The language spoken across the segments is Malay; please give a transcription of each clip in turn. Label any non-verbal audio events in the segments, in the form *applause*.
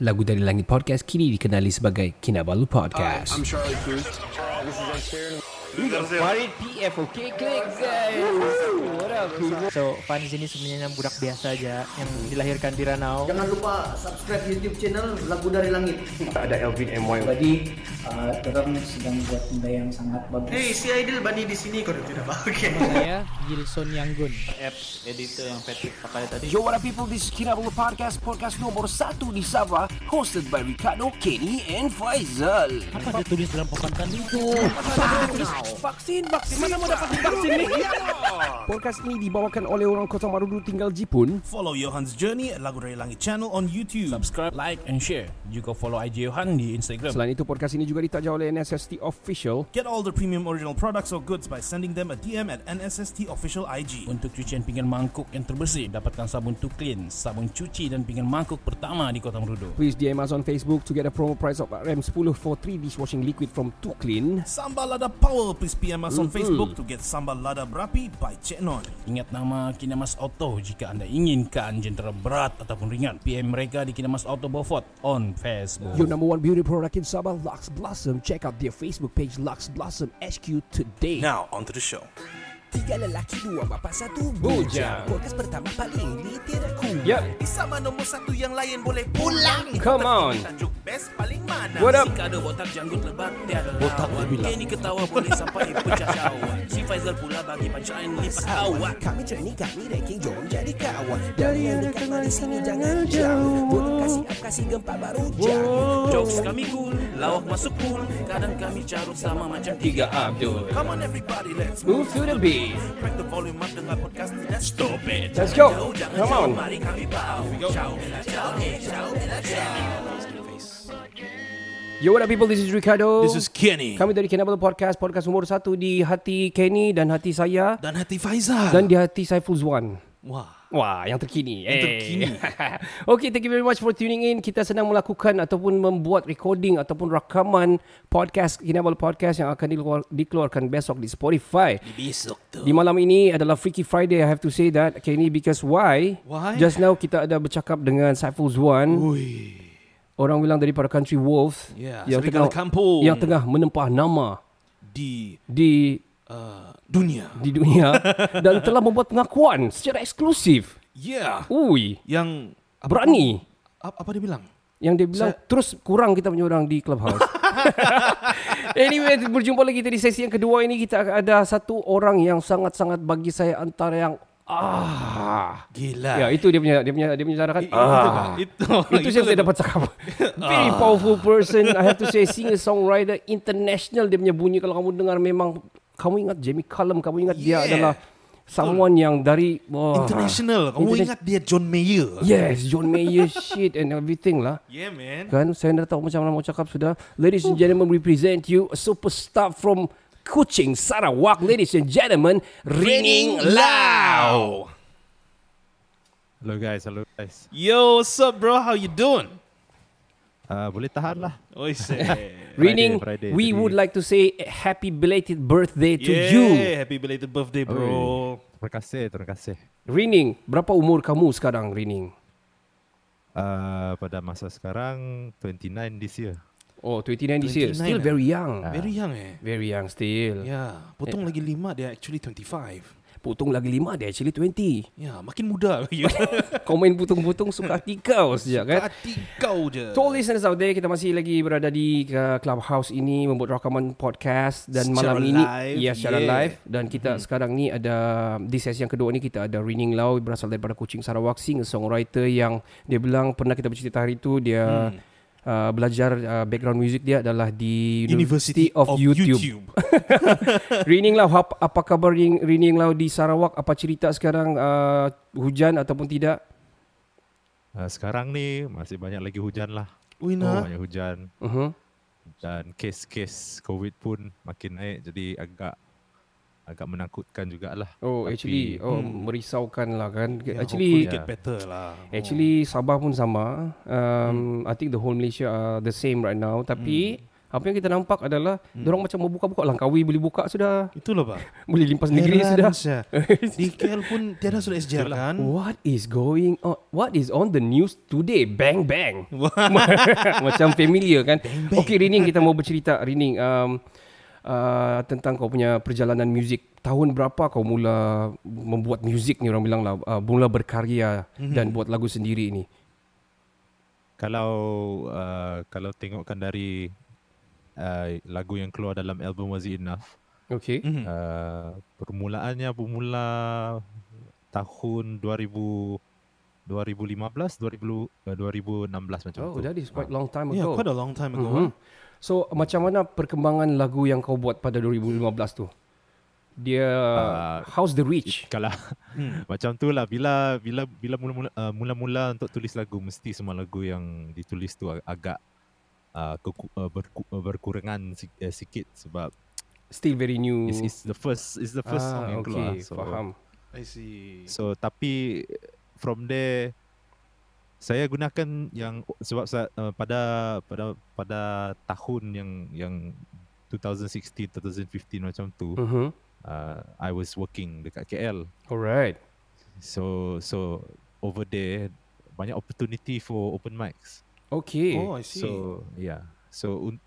Lagu dari Langit Podcast kini dikenali sebagai Kinabalu Hi, Podcast. I'm Charlie Puth. Farid PF okay klik guys What up people? So Fan di sini sebenarnya budak biasa aja yang dilahirkan di Ranau Jangan lupa subscribe YouTube channel Lagu dari Langit. Jadi uh, orang sedang buat benda yang sangat bagus. Hei, si Aidil Bani di sini kok tidak pakai. saya Gilson Yanggun Yo, what up, people? This is Kinabalu Podcast, podcast nomor satu di Sabah, hosted by Ricardo, Kenny, and Faizal. Apa ditulis dalam papan itu? Vaksin, vaksin. Mana mau dapat vaksin Ya lah. nih? Podcast ini dibawakan oleh orang Kota Marudu tinggal Jipun. Follow Johan's Journey at Lagu Dari Langit channel on YouTube. Subscribe, like and share. You can follow IG Johan di Instagram. Selain itu, podcast ini juga ditaja oleh NSST Official. Get all the premium original products or goods by sending them a DM at NSST official IG. Untuk cucian pinggan mangkuk yang terbersih, dapatkan sabun to clean, sabun cuci dan pinggan mangkuk pertama di Kota Merudu. Please DM us on Facebook to get a promo price of RM10 for 3 dishwashing liquid from Too Clean. Sambal Lada Power, please PM us on Facebook to get Sambal Lada Berapi by Cik Non. Ingat nama Kinamas Auto jika anda inginkan jentera berat ataupun ringan. PM mereka di Kinamas Auto Beaufort on Facebook. Your number one beauty product in Sabah, Lux Blossom. Check out their Facebook page, Lux Blossom HQ today. Now, onto the show. Tiga lelaki, dua bapak, satu bujang. Podcast pertama paling literaku. Yep. Sama nomor satu yang lain boleh pulang. Come on. Tajuk best paling mana? What up? Jika ada botak janggut lebat, tiada botak lawan. Kenny ketawa boleh sampai pecah syawak. Si Faizal pula bagi pancaan lipat awak. Ah, Kami training, kami ranking, jom jadi kawan. Dari yang dekat mari sini jangan jauh. Boleh kasih up, kasih gempa baru jauh. Jokes kami cool, lawak masuk pool. Kadang kami carut sama macam tiga Abdul. Come on everybody, let's Move to the beat. Crank the volume up dengar podcast ni dan stop it. Let's go. Come on. Yo, what up people? This is Ricardo. This is Kenny. Kami dari Kinabalu Podcast, podcast umur satu di hati Kenny dan hati saya Dan hati Faizal. dan di hati Saiful Zuan. Wah. Wah, yang terkini. Yang terkini. *laughs* okay, thank you very much for tuning in. Kita sedang melakukan ataupun membuat recording ataupun rakaman podcast Kinabalu Podcast yang akan dikeluar, dikeluarkan besok di Spotify. Besok tu. Di malam ini adalah Freaky Friday. I have to say that Kenny because why? Why? Just now kita ada bercakap dengan Saiful Zuan. Orang bilang daripada Country Wolf Yeah, yang tengah serigala Ya, kampung. yang tengah menempah nama Di di uh, dunia. di dunia *laughs* dan telah membuat pengakuan secara eksklusif. Yeah. Ui, Ya, Yang apa, berani. apa, apa dia bilang? Yang dia bilang terus kurang kita punya orang di *laughs* clubhouse. anyway, berjumpa lagi kita di sesi yang kedua ini kita akan ada satu orang yang sangat-sangat bagi saya antara yang ah Ya, Gila. itu dia punya dia punya dia punya cara kan. Ah. Itu. Ah. Itu saya saya dapat *laughs* cakap. Very powerful person. I have to say singer songwriter international dia punya bunyi kalau kamu dengar memang kamu ingat Jamie Cullum, kamu ingat dia Yeah. adalah someone yang dari wah. International. Kamu Interna- ingat dia John Mayer. Yes, John Mayer *laughs* shit and everything lah. Yeah, man. Kan saya dah tahu macam mana mau cakap sudah. Ladies and gentlemen, we present you a superstar from Kuching, Sarawak. Ladies and gentlemen, Rining Lau. Hello guys, hello guys. Yo, what's up, bro? How you doing? Uh, boleh tahan lah. *laughs* Oi, Rining, Friday, we jadi- would like to say happy belated birthday to you. Happy belated birthday, bro. Terima kasih, terima kasih. Rining, berapa umur kamu sekarang, Rining? Uh, pada masa sekarang 29 this year. Oh, 29 this year. Ah. 29, Still eh? very young. Very young eh. Very young still. Eh. Yeah, potong lagi lima dia actually 25. Potong lagi lima dia actually 20. Ya, makin muda. *laughs* Eh. Kau main putung-putung suka hati kau sejak kan? Hati kau je. To all listeners out there, kita masih lagi berada di uh, Clubhouse ini membuat rakaman podcast dan Secara malam ini live, ya secara yeah. Mm-hmm. live dan kita sekarang ni ada di sesi yang kedua ni kita ada Rining Lau berasal daripada Kuching Sarawak singer songwriter yang dia bilang pernah kita bercerita hari tu Hmm. dia uh, belajar uh, background music dia adalah di University, of, YouTube. *laughs* Rining Lau apa, apa khabar Rin- Rining Lau di Sarawak? Apa cerita sekarang uh, hujan ataupun tidak? Uh, sekarang ni masih banyak lagi hujan lah. ah. Oh, Wina. banyak hujan Uh-huh. dan kes-kes COVID pun makin naik jadi agak agak menakutkan jugalah. Oh Tapi- actually oh merisaukan lah kan. Hmm. Ya, Hopefully actually get better lah. Actually Sabah pun sama. Um, I think the whole Malaysia are the same right now. Tapi Apa yang kita nampak adalah hmm. Diorang macam membuka-buka Langkawi boleh buka sudah Itulah pak. Boleh limpas *laughs* negeri sudah *laughs* Oh, Syah. Di KL pun tiada sudah SJR kan? What is going on? What is on the news today? Bang *laughs* bang. Macam familiar kan? Bang, bang. Okay, Rining kita mau bercerita Rining um, uh, tentang kau punya perjalanan muzik. Tahun berapa kau mula membuat muzik ni orang bilang lah, uh, mula berkarya mm-hmm. dan buat lagu sendiri ni? Kalau uh, kalau tengokkan dari uh, lagu yang keluar dalam album Was It Enough, Okay. Mm-hmm. uh, permulaannya bermula tahun 2000 2015 2000 eh, 2016 macam Oh, tu. that is quite long time Yeah, ago. quite a long time ago. Mhm. So macam mana perkembangan lagu yang kau buat pada 2015 tu? Dia uh, how's the reach? Kalau Hmm. *laughs* macam tu lah bila bila bila mula-mula uh, mula-mula untuk tulis lagu mesti semua lagu yang ditulis tu ag- agak uh, keku, uh, berku, uh, berkurangan si, uh, sikit sebab Still very new. Ah, it's, it's the first it's the first song yang Oh. keluar. okay, faham. ah. I see. So tapi from there saya gunakan yang sebab saya, uh, pada pada pada tahun yang yang 2016 2015 macam tu Mhm. Hmm. uh, I was working dekat KL. Alright. So so over there banyak opportunity for open mics. Okay. Oh, I see. So yeah. So un-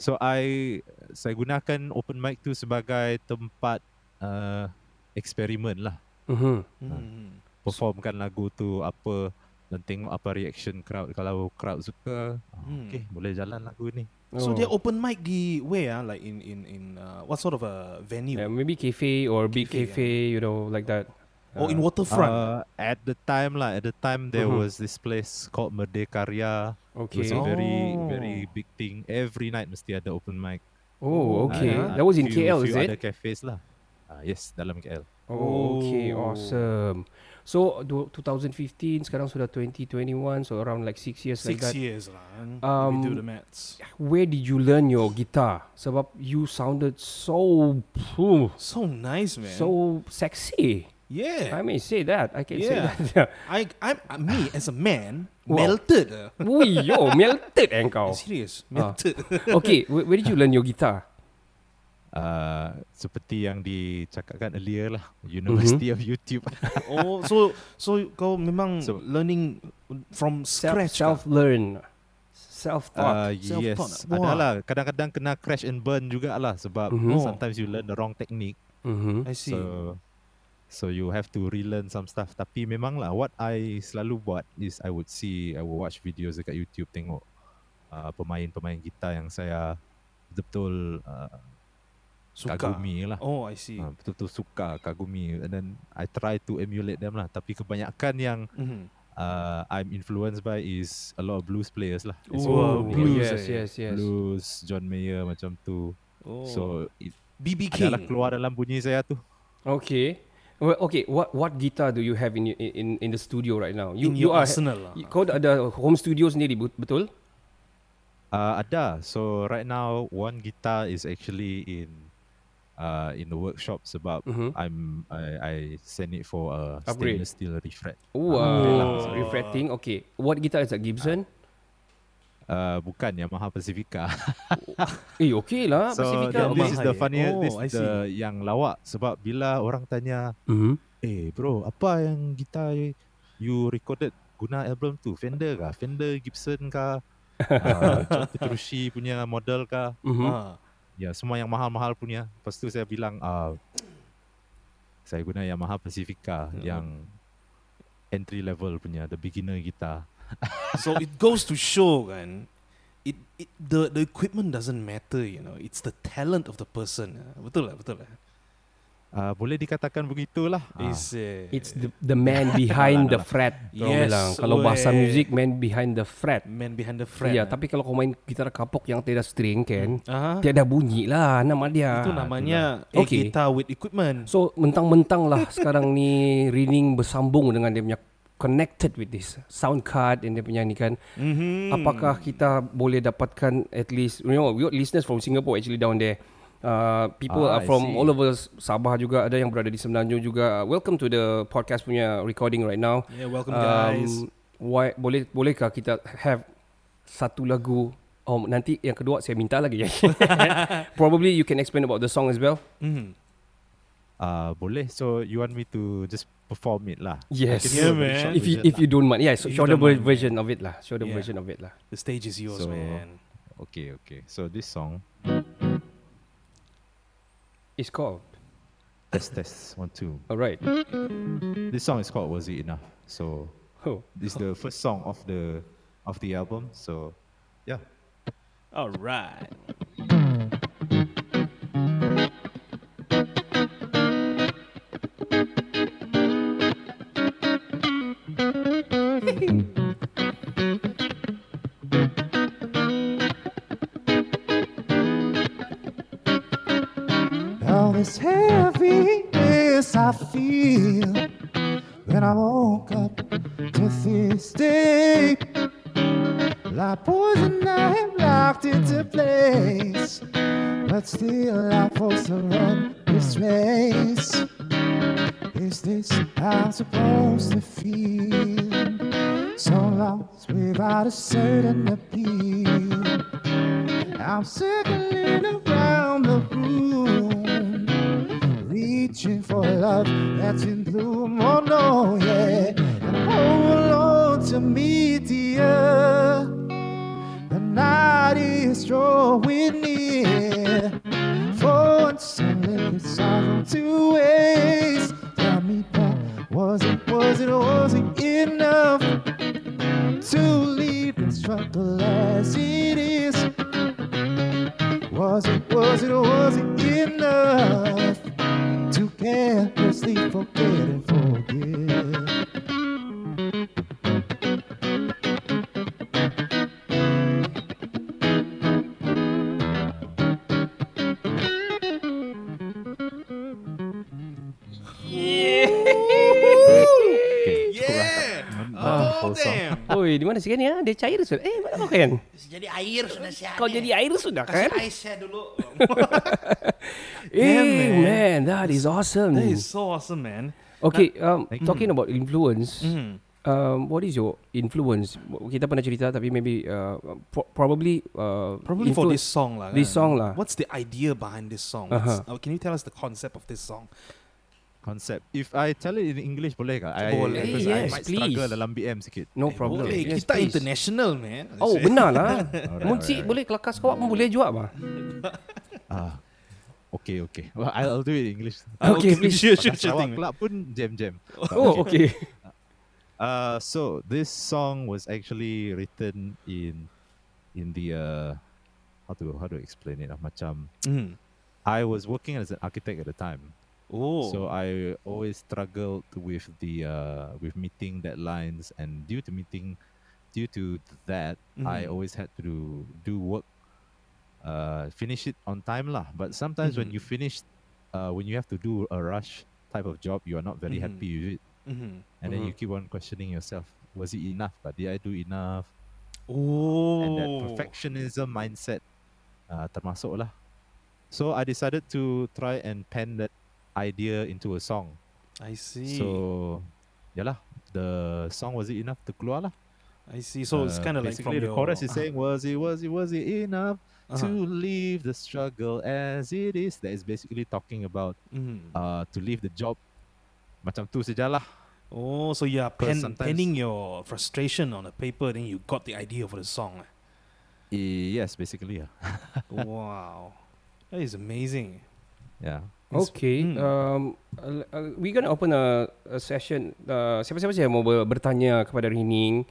so I saya gunakan open mic tu sebagai tempat uh, eksperimen lah. Mhm. Hmm. performkan lagu tu apa dan tengok apa reaction crowd kalau crowd suka hmm. okay boleh jalan lagu ni Oh. So they open mic di where ah? Like in in in uh, what sort of a venue? Yeah, maybe cafe or big cafe, you know, like that. Ah, Or Oh, in waterfront? uh, at the time lah at the time there was this place called Merdekaria it Hmm. Okay. was a Oh, very Oh. very big thing every night mesti ada open mic Oh, okay. Ah, That was in few, KL, few is it? ada cafes lah Ah yes dalam KL Oh, okay, awesome. So du- 2015 sekarang sudah 2021 so around like 6 years like Six that. years lah. eh? Um, we do the maths. Where did you learn your guitar? Sebab you sounded so phew, So nice, man. so sexy. I yeah, may say that. I can Yeah. say that. *laughs* I I'm uh, me as a man Wow. melted. Uh, Wui, yo, melted eh *laughs* kau. serious melted. Okay, where, where did you learn your guitar? uh, seperti yang dicakapkan earlier lah University Mm-hmm. of YouTube oh, so so kau memang So- learning from Self, scratch. self learn. Self taught. Uh, self-taught. yes, Wah. adalah kadang-kadang kena crash and burn jugalah sebab Mhm. sometimes you learn the wrong technique mm-hmm. I see. So so you have to relearn some stuff tapi memanglah what I selalu buat is I would see I will watch videos dekat YouTube tengok uh, pemain-pemain gitar yang saya betul-betul uh, Suka. kagumi lah. Oh, I see. Uh, betul-betul suka kagumi and then I try to emulate them lah tapi kebanyakan yang Mhm. uh, I'm influenced by is a lot of blues players lah. It's Wow, all blues, Yes, eh. yes, yes. Blues, John Mayer macam tu. Oh. So it BB King. adalah keluar dalam bunyi saya tu. Okay. Well, okay, what what guitar do you have in in in the studio right now? You In you your are arsenal lah. you- Kau ada home studio sendiri bu- betul? Uh, ada. So right now one guitar is actually in uh, in the workshop sebab Mhm. I'm I, I send it for a Upgrade. stainless steel refret. Oh. Wow, refracting. ah, Okay, what guitar is that? Gibson? Uh, bukan Yamaha Pacifica. Eh, okay lah. so Pacifica. Pacifica, Okay. this is Ah, the Yamaha, eh. funniest. Oh, this I is the yang lawak sebab bila orang tanya, Mhm. eh bro, apa yang gitar you recorded guna album tu? Fender kah? Fender Gibson kah? uh, John Petrucci punya model kah? Mhm. Ah. Ya, semua yang mahal-mahal punya. Lepas tu saya bilang, ah, saya guna Yamaha Pacifica Hmm. yang entry level punya, the beginner guitar. so it goes to show kan it, it the the equipment doesn't matter you know it's the talent of the person ah. betul lah betul lah Ah, boleh dikatakan begitulah. Ah, It's, uh, It's the the man behind the fret. Yes. Yes, Bilang. Kalau bahasa weh. eh. muzik, man behind the fret. man behind the friend Ya, tapi kalau kau main gitar kapok yang tiada string kan, Aha. tiada bunyi lah nama dia. Ah, itu itulah. namanya a Ah, Okay. guitar with equipment So mentang-mentang lah sekarang ni Rining bersambung dengan dia punya connected with this sound card and dia punya ni kan. Mm-hmm. Hmm. Apakah kita boleh dapatkan at least you know we got listeners from Singapore actually down there. Uh, people Ah, are I from see. all over Sabah juga ada yang berada di Semenanjung juga. Uh, Welcome to the podcast punya recording right now. Uh, yeah welcome Um, why, boleh bolehkah kita have satu lagu Oh nanti yang kedua saya minta lagi *laughs* Probably you can explain about the song as well Mm. Uh, boleh. So you want me to just perform it lah? Yes. I can do Yeah, a very man. short If you version if lah. you don't mind Yeah so If you shorter don't mind, version of it lah Shorter Yeah. version of it lah The stage is yours, So- man. Okay, okay. So this song, It's called test test one two. Alright This song is called Was It Enough? So oh. this is the first song of the of the album. So yeah. All right. All this heaviness I feel when I woke up to this day. Like poison, I am locked into place, but still I force to run this race. Is this how I'm supposed to feel? So lost without a certain appeal. I'm circling around the room, reaching for love that's in bloom. Oh no, yeah, hold on to me, dear. The night is drawing near. For once, I let this sorrow to waste. Tell me, but was it, was it, was it enough to leave the struggle as it is? Was it, was it, was it enough to carelessly forget and forgive? Okay, cukup lah. Yeah. Not- not the Oh whole song. damn. Ah, Oi di mana sekarang ni ha? Dia cair sudah Eh mana kau kan Jadi air sudah siap. Kau jadi air sudah kan Ais saya *laughs* dulu. Eh man. man That is awesome That is so awesome, man. Okay, um, talking about influence, Mm-hmm. um, what is your influence? Kita pernah cerita tapi maybe uh, pro- probably uh, Probably for this influence- song, lah. This kan? song Uh-huh. lah. What's the idea behind this song? What's- uh, can you tell us the concept of this song? Concept. If I tell it in English, boleh ke? I, Boleh. because Eh, yes, I might please. struggle dalam BM *laughs* sikit. No problem. Boleh, Yes, Eh, kita please. international, man. Oh *laughs* benar lah. Alright, Munci alright. boleh kelakas kau pun boleh juga mah. Ah, okay, okay. Well, I'll, I'll do it in English. Okay, please. *laughs* Sure, sure, Pakai sure Sarawak thing, man. Club pun jam jam. Oh okay. Uh, so this song was actually written in in the uh, how to how to explain it? ah, Macam Mm. I was working as an architect at the time, Oh. so I always struggled with the uh, with meeting deadlines, and due to meeting, due to that, I Mhm. always had to do, do work, uh, finish it on time lah. But sometimes when Mhm. you finish, uh, when you have to do a rush type of job, you are not very Mhm. happy with it, Mhm. and then you keep on questioning yourself: Was it enough? But did I do enough? Oh. and that perfectionism mindset uh, termasuk lah. So I decided to try and pen that idea into a song. I see. So yalah, the song was it enough to keluar lah. I see. So it's Uh, kind of like from basically the your- chorus *laughs* is saying was it was it was it enough Uh-huh. to leave the struggle as it is. That is basically talking about Mhm. uh, to leave the job. Macam tu sejalah. Oh, so you are pen, Because sometimes- penning your frustration on a paper, then you got the idea for the *laughs* song. Eh, yes, basically yeah. wow, that is amazing. Yeah. Okay, Hmm. um, uh, uh, we gonna open a, a session. Uh, siapa-siapa saja yang mau ber- bertanya kepada Rining,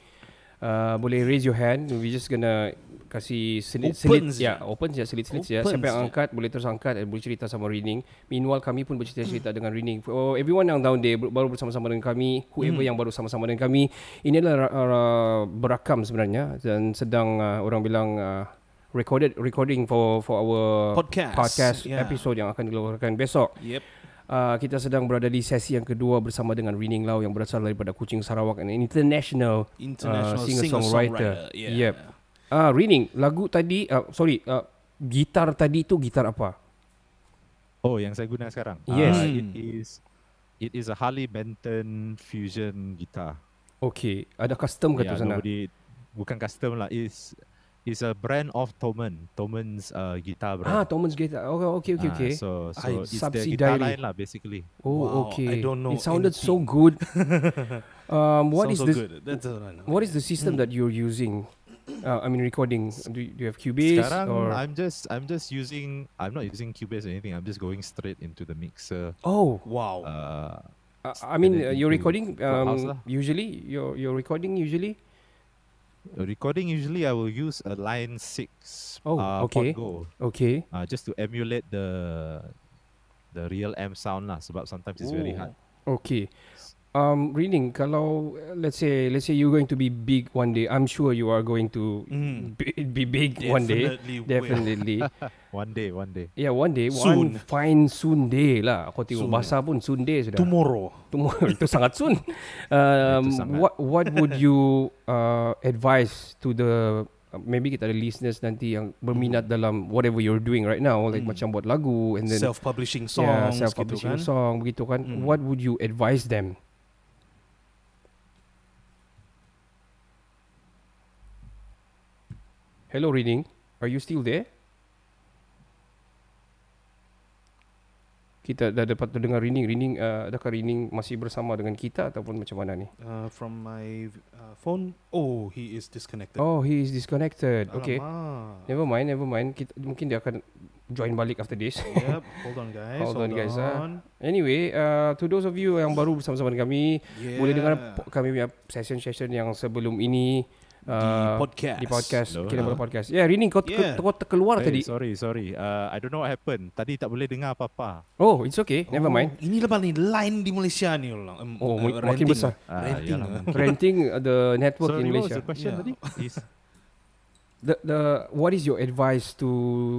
uh, boleh raise your hand. We just gonna kasih selit, Open selit ya, saja. open saja, selit-selit saja. Open Siapa yang saja. angkat boleh terus angkat dan boleh cerita sama Rining. Meanwhile kami pun bercerita-cerita dengan Rining. Oh, everyone yang down there ber- baru bersama-sama dengan kami, whoever yang baru sama-sama dengan kami, ini adalah uh, berakam sebenarnya dan sedang uh, orang bilang uh, recorded recording for for our Uh, Podcast. podcast Yeah. episode yang akan dikeluarkan besok. Yep. Uh, kita sedang berada di sesi yang kedua bersama dengan Rining Lau yang berasal daripada Kuching Sarawak an international singer-songwriter. International Uh, singer-songwriter. Yeah. Yep. ah Rining lagu tadi uh, sorry uh, gitar tadi tu gitar apa? Oh, yang saya guna sekarang. Yes. Uh, it Mm. is it is a Harley Benton fusion guitar. Okay, ada custom ke tu Yeah, sana? nobody bukan custom lah. Is It's a brand of Toman. Toman's uh, guitar Ah, brand. Thomas Guitar. Oh, okay, okay, Ah, okay. so so I- it's their guitar Subsidiary. line lah, basically. oh, Wow, I okay. don't know It sounded so good. *laughs* um, what Sounds is so this? good. Hmm. That's all I know. What is the system that you're using? Uh, I mean, recording. Do you, do you have Cubase Sekarang or? I'm just I'm just using I'm not using Cubase or anything. I'm just going straight into the mixer. oh, Wow. Uh, I, I mean, uh, then you're into recording Clubhouse um, lah. usually. You're you're recording usually. recording usually I will use a Line Six. Oh, uh, okay. Podgo, Okay. uh, just to emulate the the real amp sound lah. Sebab sometimes it's Oh. very Ooh. hard. Okay. Um, reading. Kalau uh, let's say let's say you're going to be big one day. I'm sure you are going to Mm. be, be big one day. Definitely will. *laughs* Definitely. One day, one day. yeah, one day. Soon. One fine soon day lah. Kau tengok Soon. bahasa pun soon day sudah. Tomorrow. Tomorrow *laughs* itu sangat soon. Um, sangat. what what would you uh, advise to the uh, maybe kita ada listeners nanti yang berminat Hmm. dalam whatever you're doing right now, like macam buat lagu and then Self-publishing songs. yeah, gitu self-publishing kan. song begitu kan. Mm. What would you advise them? Hello, reading. Are you still there? Kita dah dapat dengar Rining. Rining, uh, adakah Rining masih bersama dengan kita ataupun macam mana ni? Uh, from my uh, phone. Oh, he is disconnected. Oh, he is disconnected. Oh, Okay. Alamak. Never mind, never mind. Kita, mungkin dia akan join balik after this. *laughs* Yep. Hold on, guys. Hold on, guys, ah. Anyway, uh, to those of you yang baru bersama-sama dengan kami, Yeah. Boleh dengar po- kami punya session-session yang sebelum ini di uh, podcast. di podcast Hello. Kinabalu Podcast. Ya, yeah, Rini kau ter- Yeah. kau terkeluar Hey, Oh, tadi. sorry, sorry. Uh, I don't know what happened. Tadi tak boleh dengar apa-apa. Oh, it's okay. Never mind. Ini lepas ni line di Malaysia ni orang. Um, Oh, makin uh, renting. besar. Ah, renting. yalah. ah. Renting uh, the network Sorry, in what was Malaysia. the question Yeah. *laughs* tadi? Is The, the what is your advice to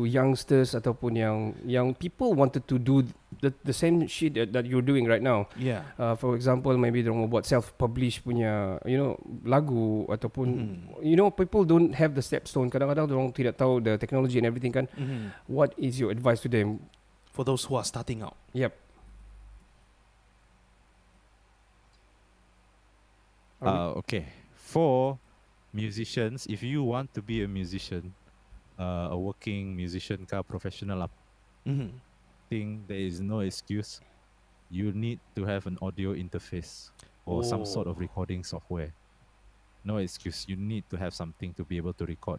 youngsters ataupun yang yang people wanted to do the the same shit that, that you're doing right now? yeah. Uh, for example, maybe dia buat self-publish punya, you know, lagu ataupun, Mhm. you know, people don't have the stepstone. Kadang-kadang dia orang tidak tahu the technology and everything kan. Mhm. What is your advice to them? For those who are starting out. Yep. Are we- Uh, okay. For musicians, if you want to be a musician, uh, a working musician, ka professional apa Mhm. thing, there is no excuse. You need to have an audio interface or some sort Oh. of recording software. No excuse. You need to have something to be able to record.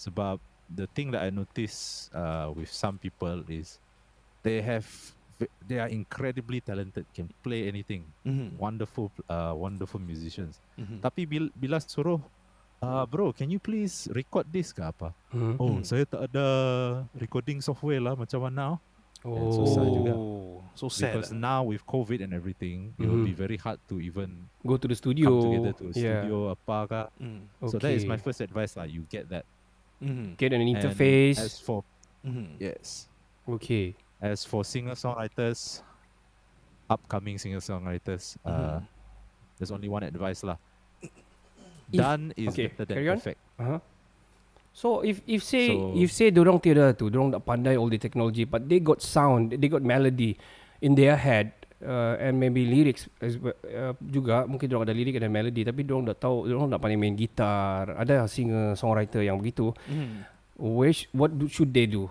Sebab the thing that I notice uh, with some people is they have v- they are incredibly talented, can play anything, Mhm. wonderful, uh, wonderful musicians. Mhm. Mm-hmm. Tapi bila, bila suruh uh, Bro can you please record this ke apa Hmm. Oh saya tak ada recording software lah Macam mana Oh. susah juga. Oh, so lah. sad. Because ah. now with COVID and everything It will Mhm. be very hard to even Go to the studio. Come together to a yeah. studio apa ke Mm. Okay. So that is my first advice lah You get that Mhm. Get an And interface. As for Mm-hmm. Mhm. Yes okay. As for singer-songwriters Upcoming singer-songwriters uh, Mm-hmm. Mhm. There's only one advice lah If- Done is okay, better carry than on. perfect Uh-huh. So if if say So- if say dorong tiada tu, dorong tak pandai all the technology, but they got sound, they got melody in their head. Uh, and maybe lyrics as well, uh, juga mungkin dorong ada lirik ada melody tapi dorong tak tahu dorong tak pandai main gitar ada singer songwriter yang begitu Mhm. which what do, should they do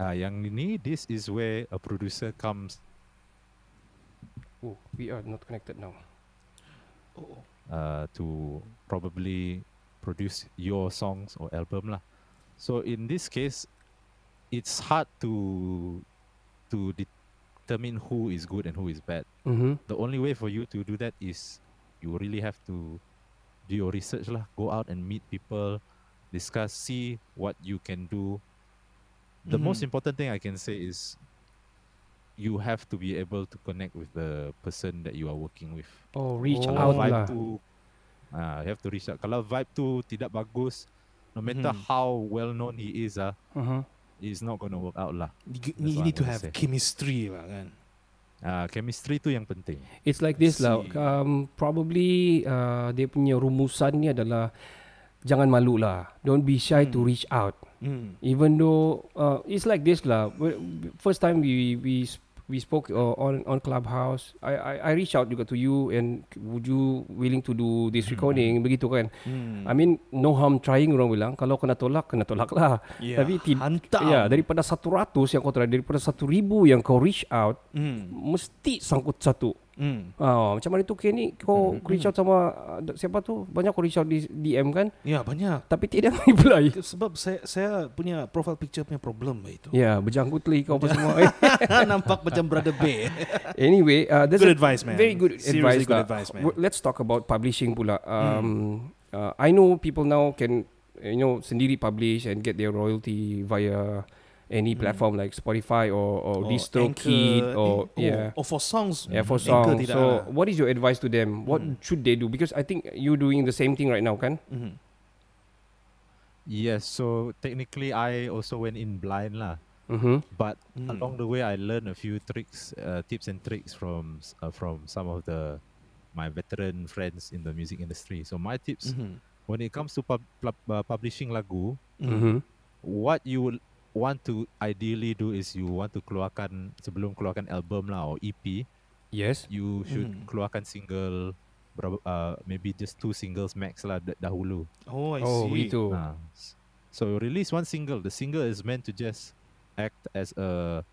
Ah, yang ini, this is where a producer comes. oh we are not connected now uh, to probably produce your songs or album lah. So in this case, it's hard to to determine who is good and who is bad. mhm The only way for you to do that is you really have to do your research lah. Go out and meet people, discuss, see what you can do. The most important thing I can say is you have to be able to connect with the person that you are working with. oh reach Oh. out Kalau vibe lah tu ah, You have to reach out Kalau vibe tu tidak bagus No matter Mhm. how well known he is ah, uh-huh. It's not going to work out lah You, you That's what need I to would have say. chemistry lah kan. Ah, Chemistry tu yang penting It's like this lah. See. Um, probably uh, dia punya rumusan ni adalah jangan malu lah. Don't be shy to reach out. Mm. Even though uh, it's like this lah. We- First time we we we spoke uh, on on Clubhouse. I, I I reach out juga to you and would you willing to do this recording begitu kan? Hmm. I mean no harm trying orang bilang kalau kena tolak kena tolak lah. Yeah, Tapi tid- hantam. Ya daripada 100 yang kau try daripada 1000 yang kau reach out Hmm. mesti sangkut satu. Hmm. Ah, macam mana tu K ni kau reach out sama uh, siapa tu? Banyak kau reach out di DM kan? Ya banyak. Tapi tidak reply. Itu Sebab saya saya punya profile picture punya problem lah itu. *laughs* Ya, berjangkut lagi kau apa semua. *laughs* Nampak macam brother B. *laughs* Anyway, uh, that's Good a advice, man. Very good Seriously advice. good lah. advice, man. Hmm. W- Let's talk about publishing pula. Um, uh, I know people now can you know sendiri publish and get their royalty via any platform like Spotify or or Hmm. Or DistroKid Oh, Anchor. or Eh, oh, yeah. Or for songs. Yeah, for Anchor songs. tidak Hmm. So, lah. what is your advice to them? What should they do? Because I think you doing the same thing right now, kan? Mhm. Yes, so technically I also went in blind lah. Mm-hmm. But along the way, I learned a few tricks, uh, tips and tricks from s- uh, from some of the my veteran friends in the music industry. So my tips Mhm. when it comes to pub- pub- uh, publishing lagu, Hmm. Mm-hmm. what you will want to ideally do is you want to keluarkan sebelum keluarkan album lah or EP, Yes. you should Mhm. keluarkan single berapa, uh, maybe just two singles max lah da- dahulu. Oh, I Oh, see. begitu. Ah, s- So you release one single. The single is meant to just act as a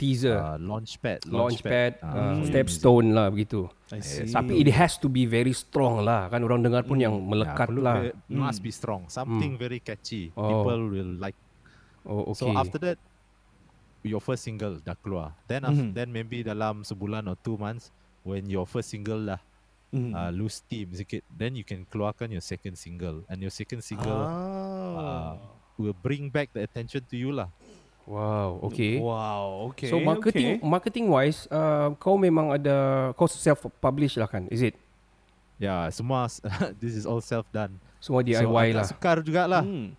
Teaser, uh, launchpad, launchpad, ah, uh, for your stepstone lah begitu. Hmm. I see. Tapi it has to be very strong lah kan orang dengar pun yang music. Yeah, Ya, melekat perlu lah. Mm. very- Must be strong. Something very catchy. Oh. People will like. Oh So okay. after that, your first single dah keluar. Then af- Mm-hmm. then maybe dalam sebulan or two months, when your first single dah Mm. uh, lose steam sikit, then you can keluarkan your second single. And your second single uh, Ah. will bring back the attention to you lah. wow, okay. Wow, okay. so marketing okay. marketing wise uh, kau memang ada kau self publish lah kan? Is it? Yeah, Ya, semua s- *laughs* this is all self done. Semua DIY agak lah. Sukar juga lah. Hmm.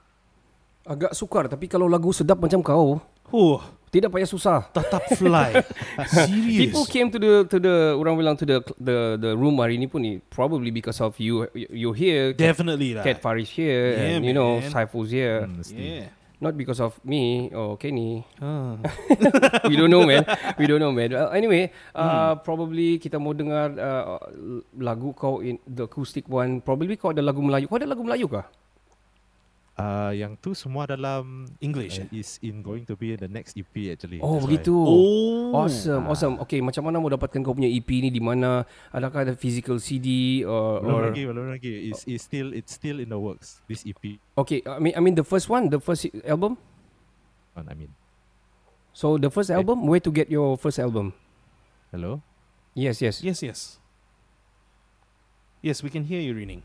Agak sukar tapi kalau lagu sedap macam kau Oh, tidak payah susah. tatap *laughs* fly. Serious. People came to the to the orang bilang to the the the room hari ni pun ni probably because of you you you here Cat, Definitely lah. Cat Faris here Yeah, and you know man. Saiful's here Hmm, mesti. Yeah. not because of me or Kenny *laughs* Ah. we don't know man we don't know man uh, anyway Hmm. uh, probably kita mau dengar uh, lagu kau in the acoustic one probably kau ada lagu Melayu kau ada lagu Melayu kah Uh, yang tu semua dalam English. uh, is in going to be in the next EP actually. oh That's why. begitu Oh. Awesome, awesome. Okay, macam mana mau dapatkan kau punya EP ni di mana? Adakah ada physical CD or, Belum or lagi, belum lagi. It's, it's still it's still in the works. This E EP, Okay, I mean I mean the first one, the first album? one, I mean. So the Eh. first album, where to get your first album? Hello. Yes, yes. Yes, yes. Yes, we can hear you reading.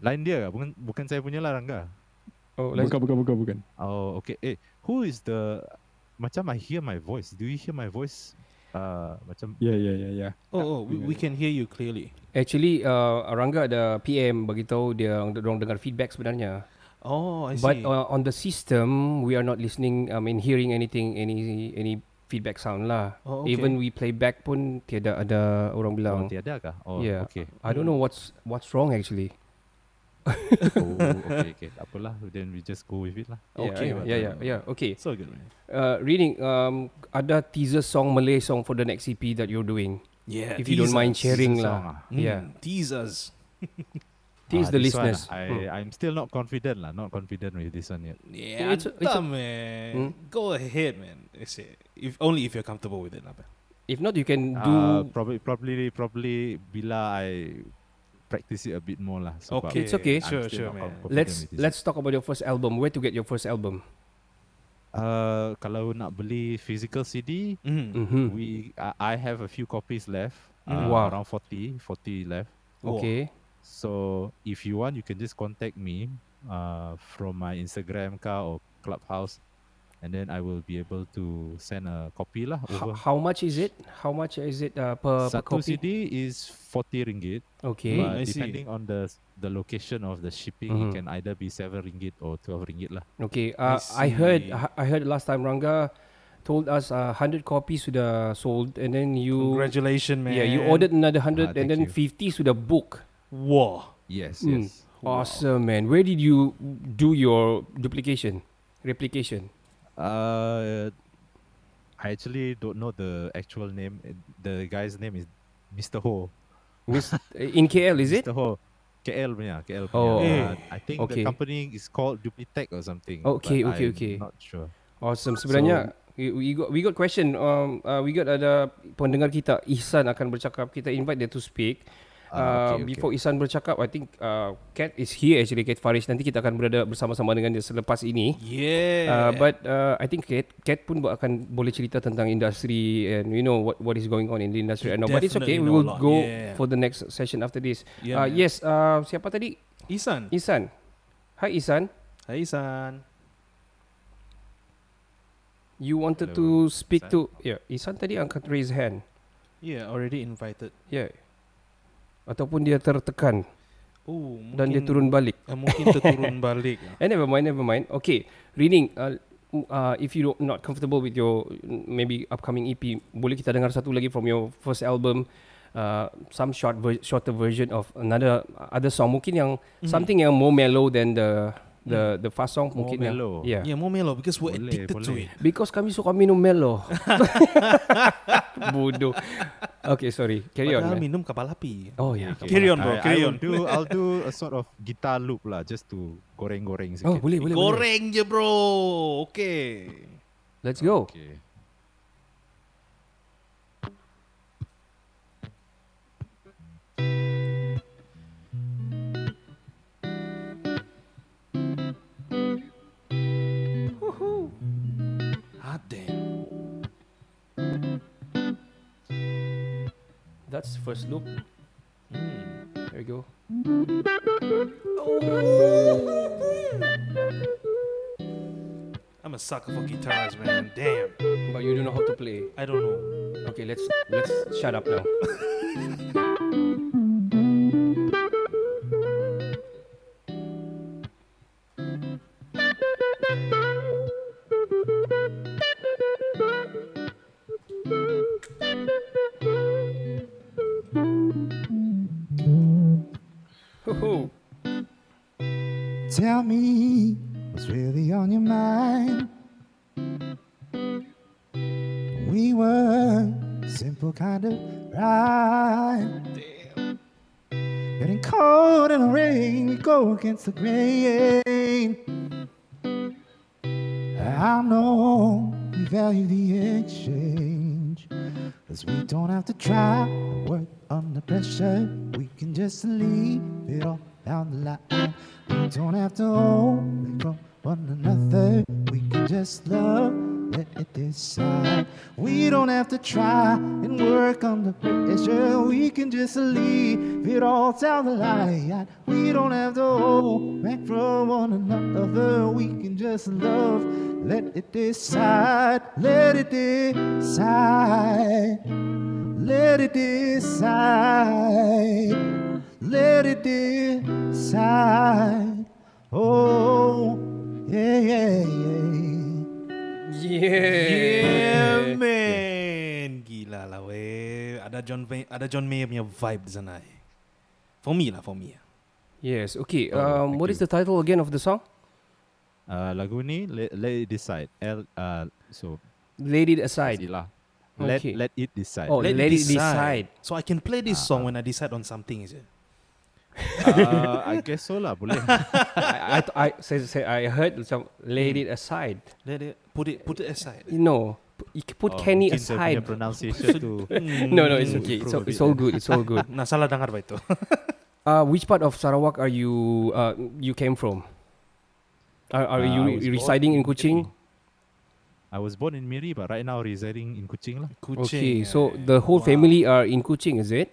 Line dia ke? bukan bukan saya punya lah Rangga. Oh, let's- Bukan, bukan, bukan, bukan. Oh, okay. Eh, who is the macam I hear my voice. Do you hear my voice? Uh, macam Ya, ya, ya, ya. Oh, oh, we, we can hear you clearly. actually uh, Rangga ada PM bagi tahu dia orang dengar feedback sebenarnya. Oh, I see. But uh, on the system, we are not listening. I mean, hearing anything, any any feedback sound lah. Oh, okay. Even we play back pun tiada ada orang bilang. oh, tiada kah? Oh, yeah. okay. I don't know what's what's wrong actually. Oh, okay, okay. Tak apalah. Then we just go with it lah. Okay, yeah, but, yeah, yeah, yeah. Okay. so good, man. Uh, reading um, ada teaser song Malay song for the next EP that you're doing. Yeah. Mm, if you don't mind sharing teaser song lah. ah. Yeah. Tease us. Tease Ah, the this one, listeners. I, Hmm. I'm still not confident lah. Not confident with this one yet. Yeah, It's a- it's a- Mm. hantam, man. Go ahead, man. It's a, if only if you're comfortable with it, lah, man. If not, you can do. Uh, probably, probably, probably bila I practice it a bit more lah. Sebab Okay. It's okay. I'm Sure, still sure, not man. confident let's with this. let's talk about your first album. Where to get your first album? Uh, kalau nak beli physical CD, Mm. Mm-hmm. we I I have a few copies left. Uh, Hmm. Wow. Around 40, 40 left. Okay. So if you want, you can just contact me uh, from my Instagram ka or Clubhouse, and then I will be able to send a copy lah H- over. how much is it? How much is it uh, per, per Satu copy? CD is 40 ringgit. Okay. but I Mm-hmm. see. depending on the the location of the shipping, it Mhm. can either be seven ringgit or twelve ringgit lah. Okay. Uh, I, I heard. see. I heard last time Ranga told us uh, hundred copies sudah sold, and then you. Congratulations, man. Yeah, you ordered another Ah, hundred, and thank then you. fifty sudah book. Whoa. Yes, Mm. yes. Awesome, man. Where did you do your duplication, replication? Uh, I actually don't know the actual name. It- The guy's name is Mr. Ho. Who's- Eh, in KL is it? Mr. Ho. KL punya, KL punya. Oh, Uh, I think okay. the company is called Duplitech or something. Okay, but okay, I'm okay. Not sure. Awesome. Sebenarnya we, we got we got question. Um, uh, we got ada pendengar kita Ihsan akan bercakap. Kita invite dia to speak. Ah, Uh, okay, okay. Before Ihsan bercakap, I think uh, Kat is here actually. Kat Faris nanti kita akan berada bersama-sama dengan dia selepas ini. Yeah. Uh, but uh, I think Kat, Kat pun bo- akan boleh cerita tentang industri and you know what what is going on in the industry right now. But it's okay. Definitely We will know a lot. go Yeah. for the next session after this. Yeah, uh, man. yes. Uh, siapa tadi? Isan. Ihsan. Hi Ihsan. Hi Isan. You wanted Hello, to speak Ihsan. to yeah. Ihsan tadi angkat raise hand. Yeah, already invited. Ya. Yeah. Ataupun dia tertekan Oh, mungkin, dan dia turun balik. Uh, mungkin *laughs* terturun balik. lah. Eh never mind, never mind. Okay, Rining, uh, uh, if you don't- not comfortable with your mm, maybe upcoming EP, boleh kita dengar satu lagi from your first album, uh, some short ver- shorter version of another uh, other song mungkin yang something yang more mellow than the the the fast song More mungkin yang- mellow. Yeah. Yeah, Ya, more mellow because we're Boleh, addicted to boleh. it. Because kami suka minum *laughs* mellow. Bodoh. Okay, sorry. Carry on. Man. Padahal minum kapal api. Oh yeah. Okay. Carry on, bro, I, carry I on. will do, I'll do a sort of guitar loop lah, just to goreng-goreng Oh, sikit. boleh boleh. boleh. Goreng je bro. Okay. Let's go. Okay. Hot Ah, damn. That's first loop. Hmm. There we go. I'm a sucker for guitars, man. Damn. But you don't know how to play. I don't know. Okay, let's let's shut up now. Hoo-hoo. Tell me what's really on your mind. We were simple kind of ride. Getting cold in the rain, we go against the grain. I know we value the exchange. Cause we don't have to try and work under pressure. We can just leave it all down the line. We don't have to hold it from one another. We can just love, let it decide. We don't have to try and work under pressure. We can just leave it all down the line. We don't have to hold back from one another. We can just love, let it decide. Let it decide. Let it decide. Let it decide. Oh, yeah, yeah, yeah. Yeah. Yeah, man. Gila lah weh. Ada John May, ada John Mayer punya vibe di sana. eh. For me lah, for me. lah. Yes. Okay. Um, Oh, thank what is you. the title again of the song? Uh, lagu ni, let, let it decide. L, uh, so, Laid it aside. Ilah. Let, Okay. let it decide. Oh, let, it decide. So I can play this song when I decide on something, is it? uh, I guess so lah, boleh. *laughs* I, I, I, say, say, I heard some laid it aside. Let it put it put it aside. No, p- you can put Oh, Kenny mungkin dia punya aside. pronunciation tu. *laughs* No, no, it's Hmm, okay. It's, improve all- a bit it's all then. good. It's all *laughs* good. Nah, salah dengar pak itu. *laughs* Uh, which part of Sarawak are you? Uh, you came from? Are, are Uh, I was you born residing in Kuching? I was born in Miri, but right now residing in Kuching lah. Okay, so the whole family are in Kuching, is it?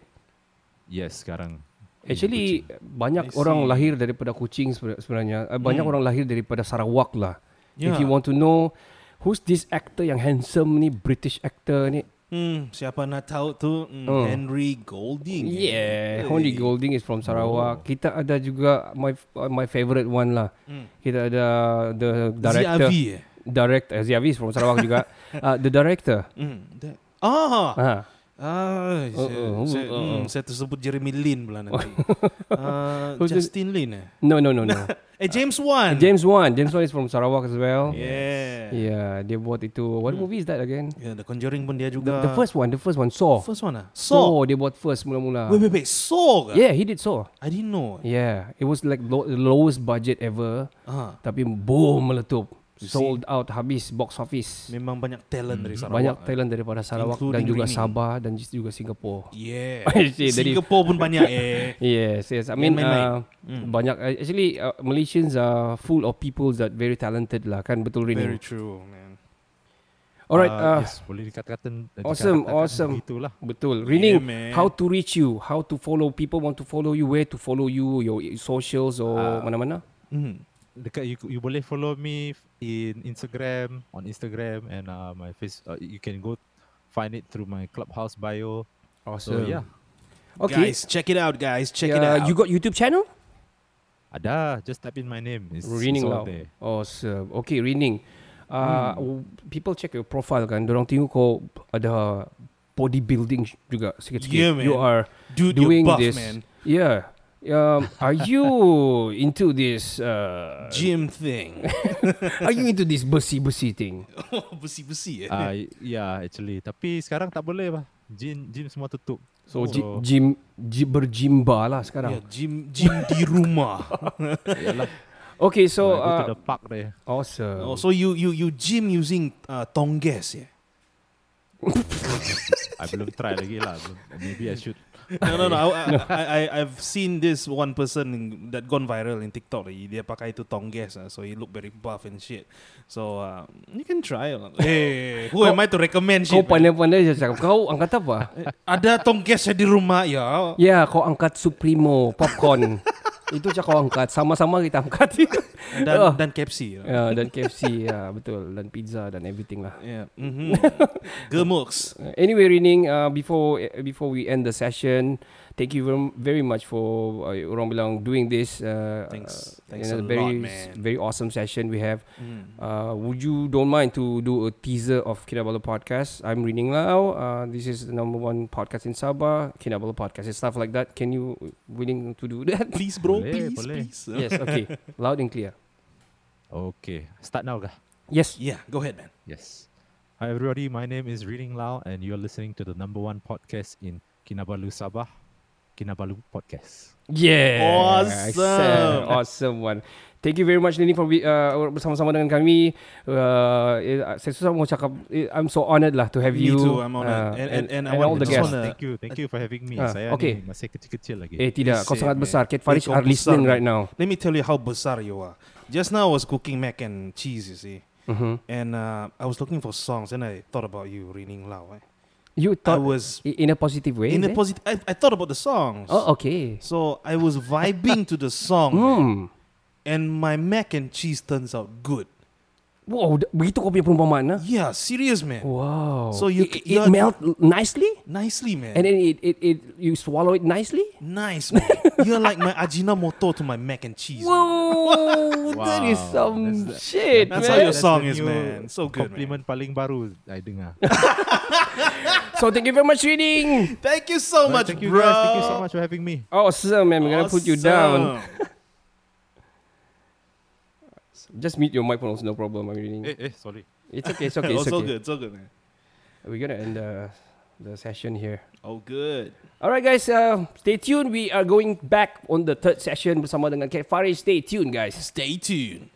Yes, sekarang. in Actually Kuching. banyak I orang see. lahir daripada Kuching sebenar- sebenarnya. Uh, Banyak Hmm. orang lahir daripada Sarawak lah. If Yeah. you want to know who's this actor yang handsome ni, British actor ni. Hmm, siapa nak tahu tu? Hmm, Oh. Henry Golding. Oh. Yeah, Henry Eh, Golding is from Sarawak. Kita ada juga my uh, my favorite one lah. Kita ada the director Director. ZRV. Hmm. eh? direct uh, Ziavi is from Sarawak juga. *laughs* Uh, the director. Hmm. that- Ah. Ha. Ah, saya, oh, saya, oh, *laughs* hmm, saya tersebut Jeremy Lin pula nanti. Ah, Who's this? Justin Lin eh? *laughs* No no no no. Eh, James Oh, Wan. James Wan. James Wan is from Sarawak as well. Yeah. Hmm. yeah. Yeah, dia buat itu. What movie is that again? The Conjuring pun dia The, juga. the first one, the first one Saw. First one ah. Saw. Saw dia buat first mula-mula. Wait, wait, wait. Saw. ke? Yeah, he did Saw. I didn't know. Yeah, it was like lo- the lowest budget ever. Ah. Tapi boom meletup. Sold out habis box office. Memang banyak talent dari Hmm, Sarawak. Banyak ah. talent daripada Sarawak dan Including juga Brunei. Sabah dan juga Singapura. *laughs* Yeah. Actually, dari- Singapore pun banyak eh. *laughs* Yes, yes. I mean, main lain. uh, Hmm. banyak uh, actually uh, Malaysians are full of people that very talented lah kan betul Rini. Very true, man. Alright, uh, yes, boleh dikatakan awesome, dikatakan awesome. Itulah. betul. Rining, man. how to reach you, how to follow people want to follow you, where to follow you, your socials or mana-mana. Mm. Dekat you, you boleh follow me in Instagram, on Instagram and uh, my face. Uh, you can go find it through my clubhouse bio. So yeah, Okay. Guys, check it out, guys. Check it Uh, out. you got YouTube channel? ada. Just type in my name. It's, it's Rining all lah. there. Hmm. Awesome. Okay, Rining. Uh, w- People check your profile kan. Diorang tengok kau ada bodybuilding juga sikit-sikit. Yeah, man. You are Dude, doing you're buff, this. man. Yeah. Um, are you into this? Uh, Gym *laughs* thing. are you into this besi-besi thing? Besi-besi eh. Ah, y- yeah, actually. Tapi sekarang tak boleh lah. Gym, gym semua tutup. So Oh. ji- gym, gym berjimba lah yeah, sekarang. gym gym di *laughs* rumah. Okay, so I go to uh, the park there. awesome. oh, so you you you gym using uh, tongges yeah. I belum try lagi lah. Belum- Maybe I should. No *laughs* no no. I, I, I, I I've seen this one person in- that gone viral in TikTok. eh, Dia pakai itu tongges, ah, so he look very buff and shit. So uh, you can try. lah. Hey, who am I to recommend Kau shit? man? pandai-pandai je cakap. Kau angkat apa? *laughs* Ada tongges saya di rumah ya. Ya, kau angkat Supremo *laughs* popcorn. Itu je kau angkat. Sama-sama kita angkat. *laughs* Dan Oh. dan kepsi. Ya. *laughs* ya, dan KFC, ya betul. Dan pizza dan everything lah. Yeah. Mm-hmm. Gemooks. *laughs* Uh, Anyway, Rining, uh, before eh, before we end the session, thank you very, very much for uh, orang bilang doing this. Uh, Thanks. uh, Thanks you know, a very, lot, man. Very awesome session we have. Mm. Uh, would you don't mind to do a teaser of Kinabalu podcast? I'm Rining Lau. Uh, this is the number one podcast in Sabah. Kinabalu podcast and stuff like that. Can you uh, willing to do *laughs* that? Please bro, Boleh, please, boleh. please. yes, okay. Loud and clear. Okay, start now kah? Yes. Yeah, go ahead, man. Yes. Hi everybody, my name is Reading Lau and you're listening to the number one podcast in Kinabalu Sabah, Kinabalu Podcast. Yeah. Awesome. Awesome one. Thank you very much Lini for be- uh, bersama-sama dengan kami. Uh, eh, saya susah mau cakap eh, I'm so honored lah to have Me you. uh, too, I'm honoured. And- and- and I want- all the just guests. wanna- Thank you, thank you for having me. Ah, Saya okay. ni masih kecil-kecil lagi. Eh tidak, kau Please, sangat man. besar. Kate Please, Farish kau are listening besar, right now. Let me tell you how besar you are. Just now I was cooking mac and cheese, you see. Mhm. And uh, I was looking for songs and I thought about you, Reading Lau. Eh. You I thought was i- in a positive way. in is it? a positive. I, I thought about the songs. Oh okay. So I was vibing to *laughs* the song man. Hmm. and my mac and cheese turns out good. Wow, d- begitu kau punya perumpamaan ah. Yeah, serious man. Oh. Wow. So you- it, it you're- melt nicely Nicely man. and then it, it it you swallow it *laughs* nicely? *laughs* nice man. You're like my Ajinomoto to my mac and cheese. man. Whoa, that is some shit, That's how man. your song the is, new man. So good. Man. Compliment paling baru I dengar. So thank you very much, Reading. Oh, Thank you so much, thank you bro. guys, thank you so much for having me. Awesome, man. We're gonna put you down. Awesome. Just mute your microphone, also, no problem. I'm reading. Eh, eh, sorry. It's okay. *laughs* It's okay. oh, It's so okay. good, so good, man. We're gonna end the the session here. Oh, good. All right, guys. Uh, stay tuned. We are going back on the third session bersama dengan Cat Faris. Stay tuned, guys. Stay tuned.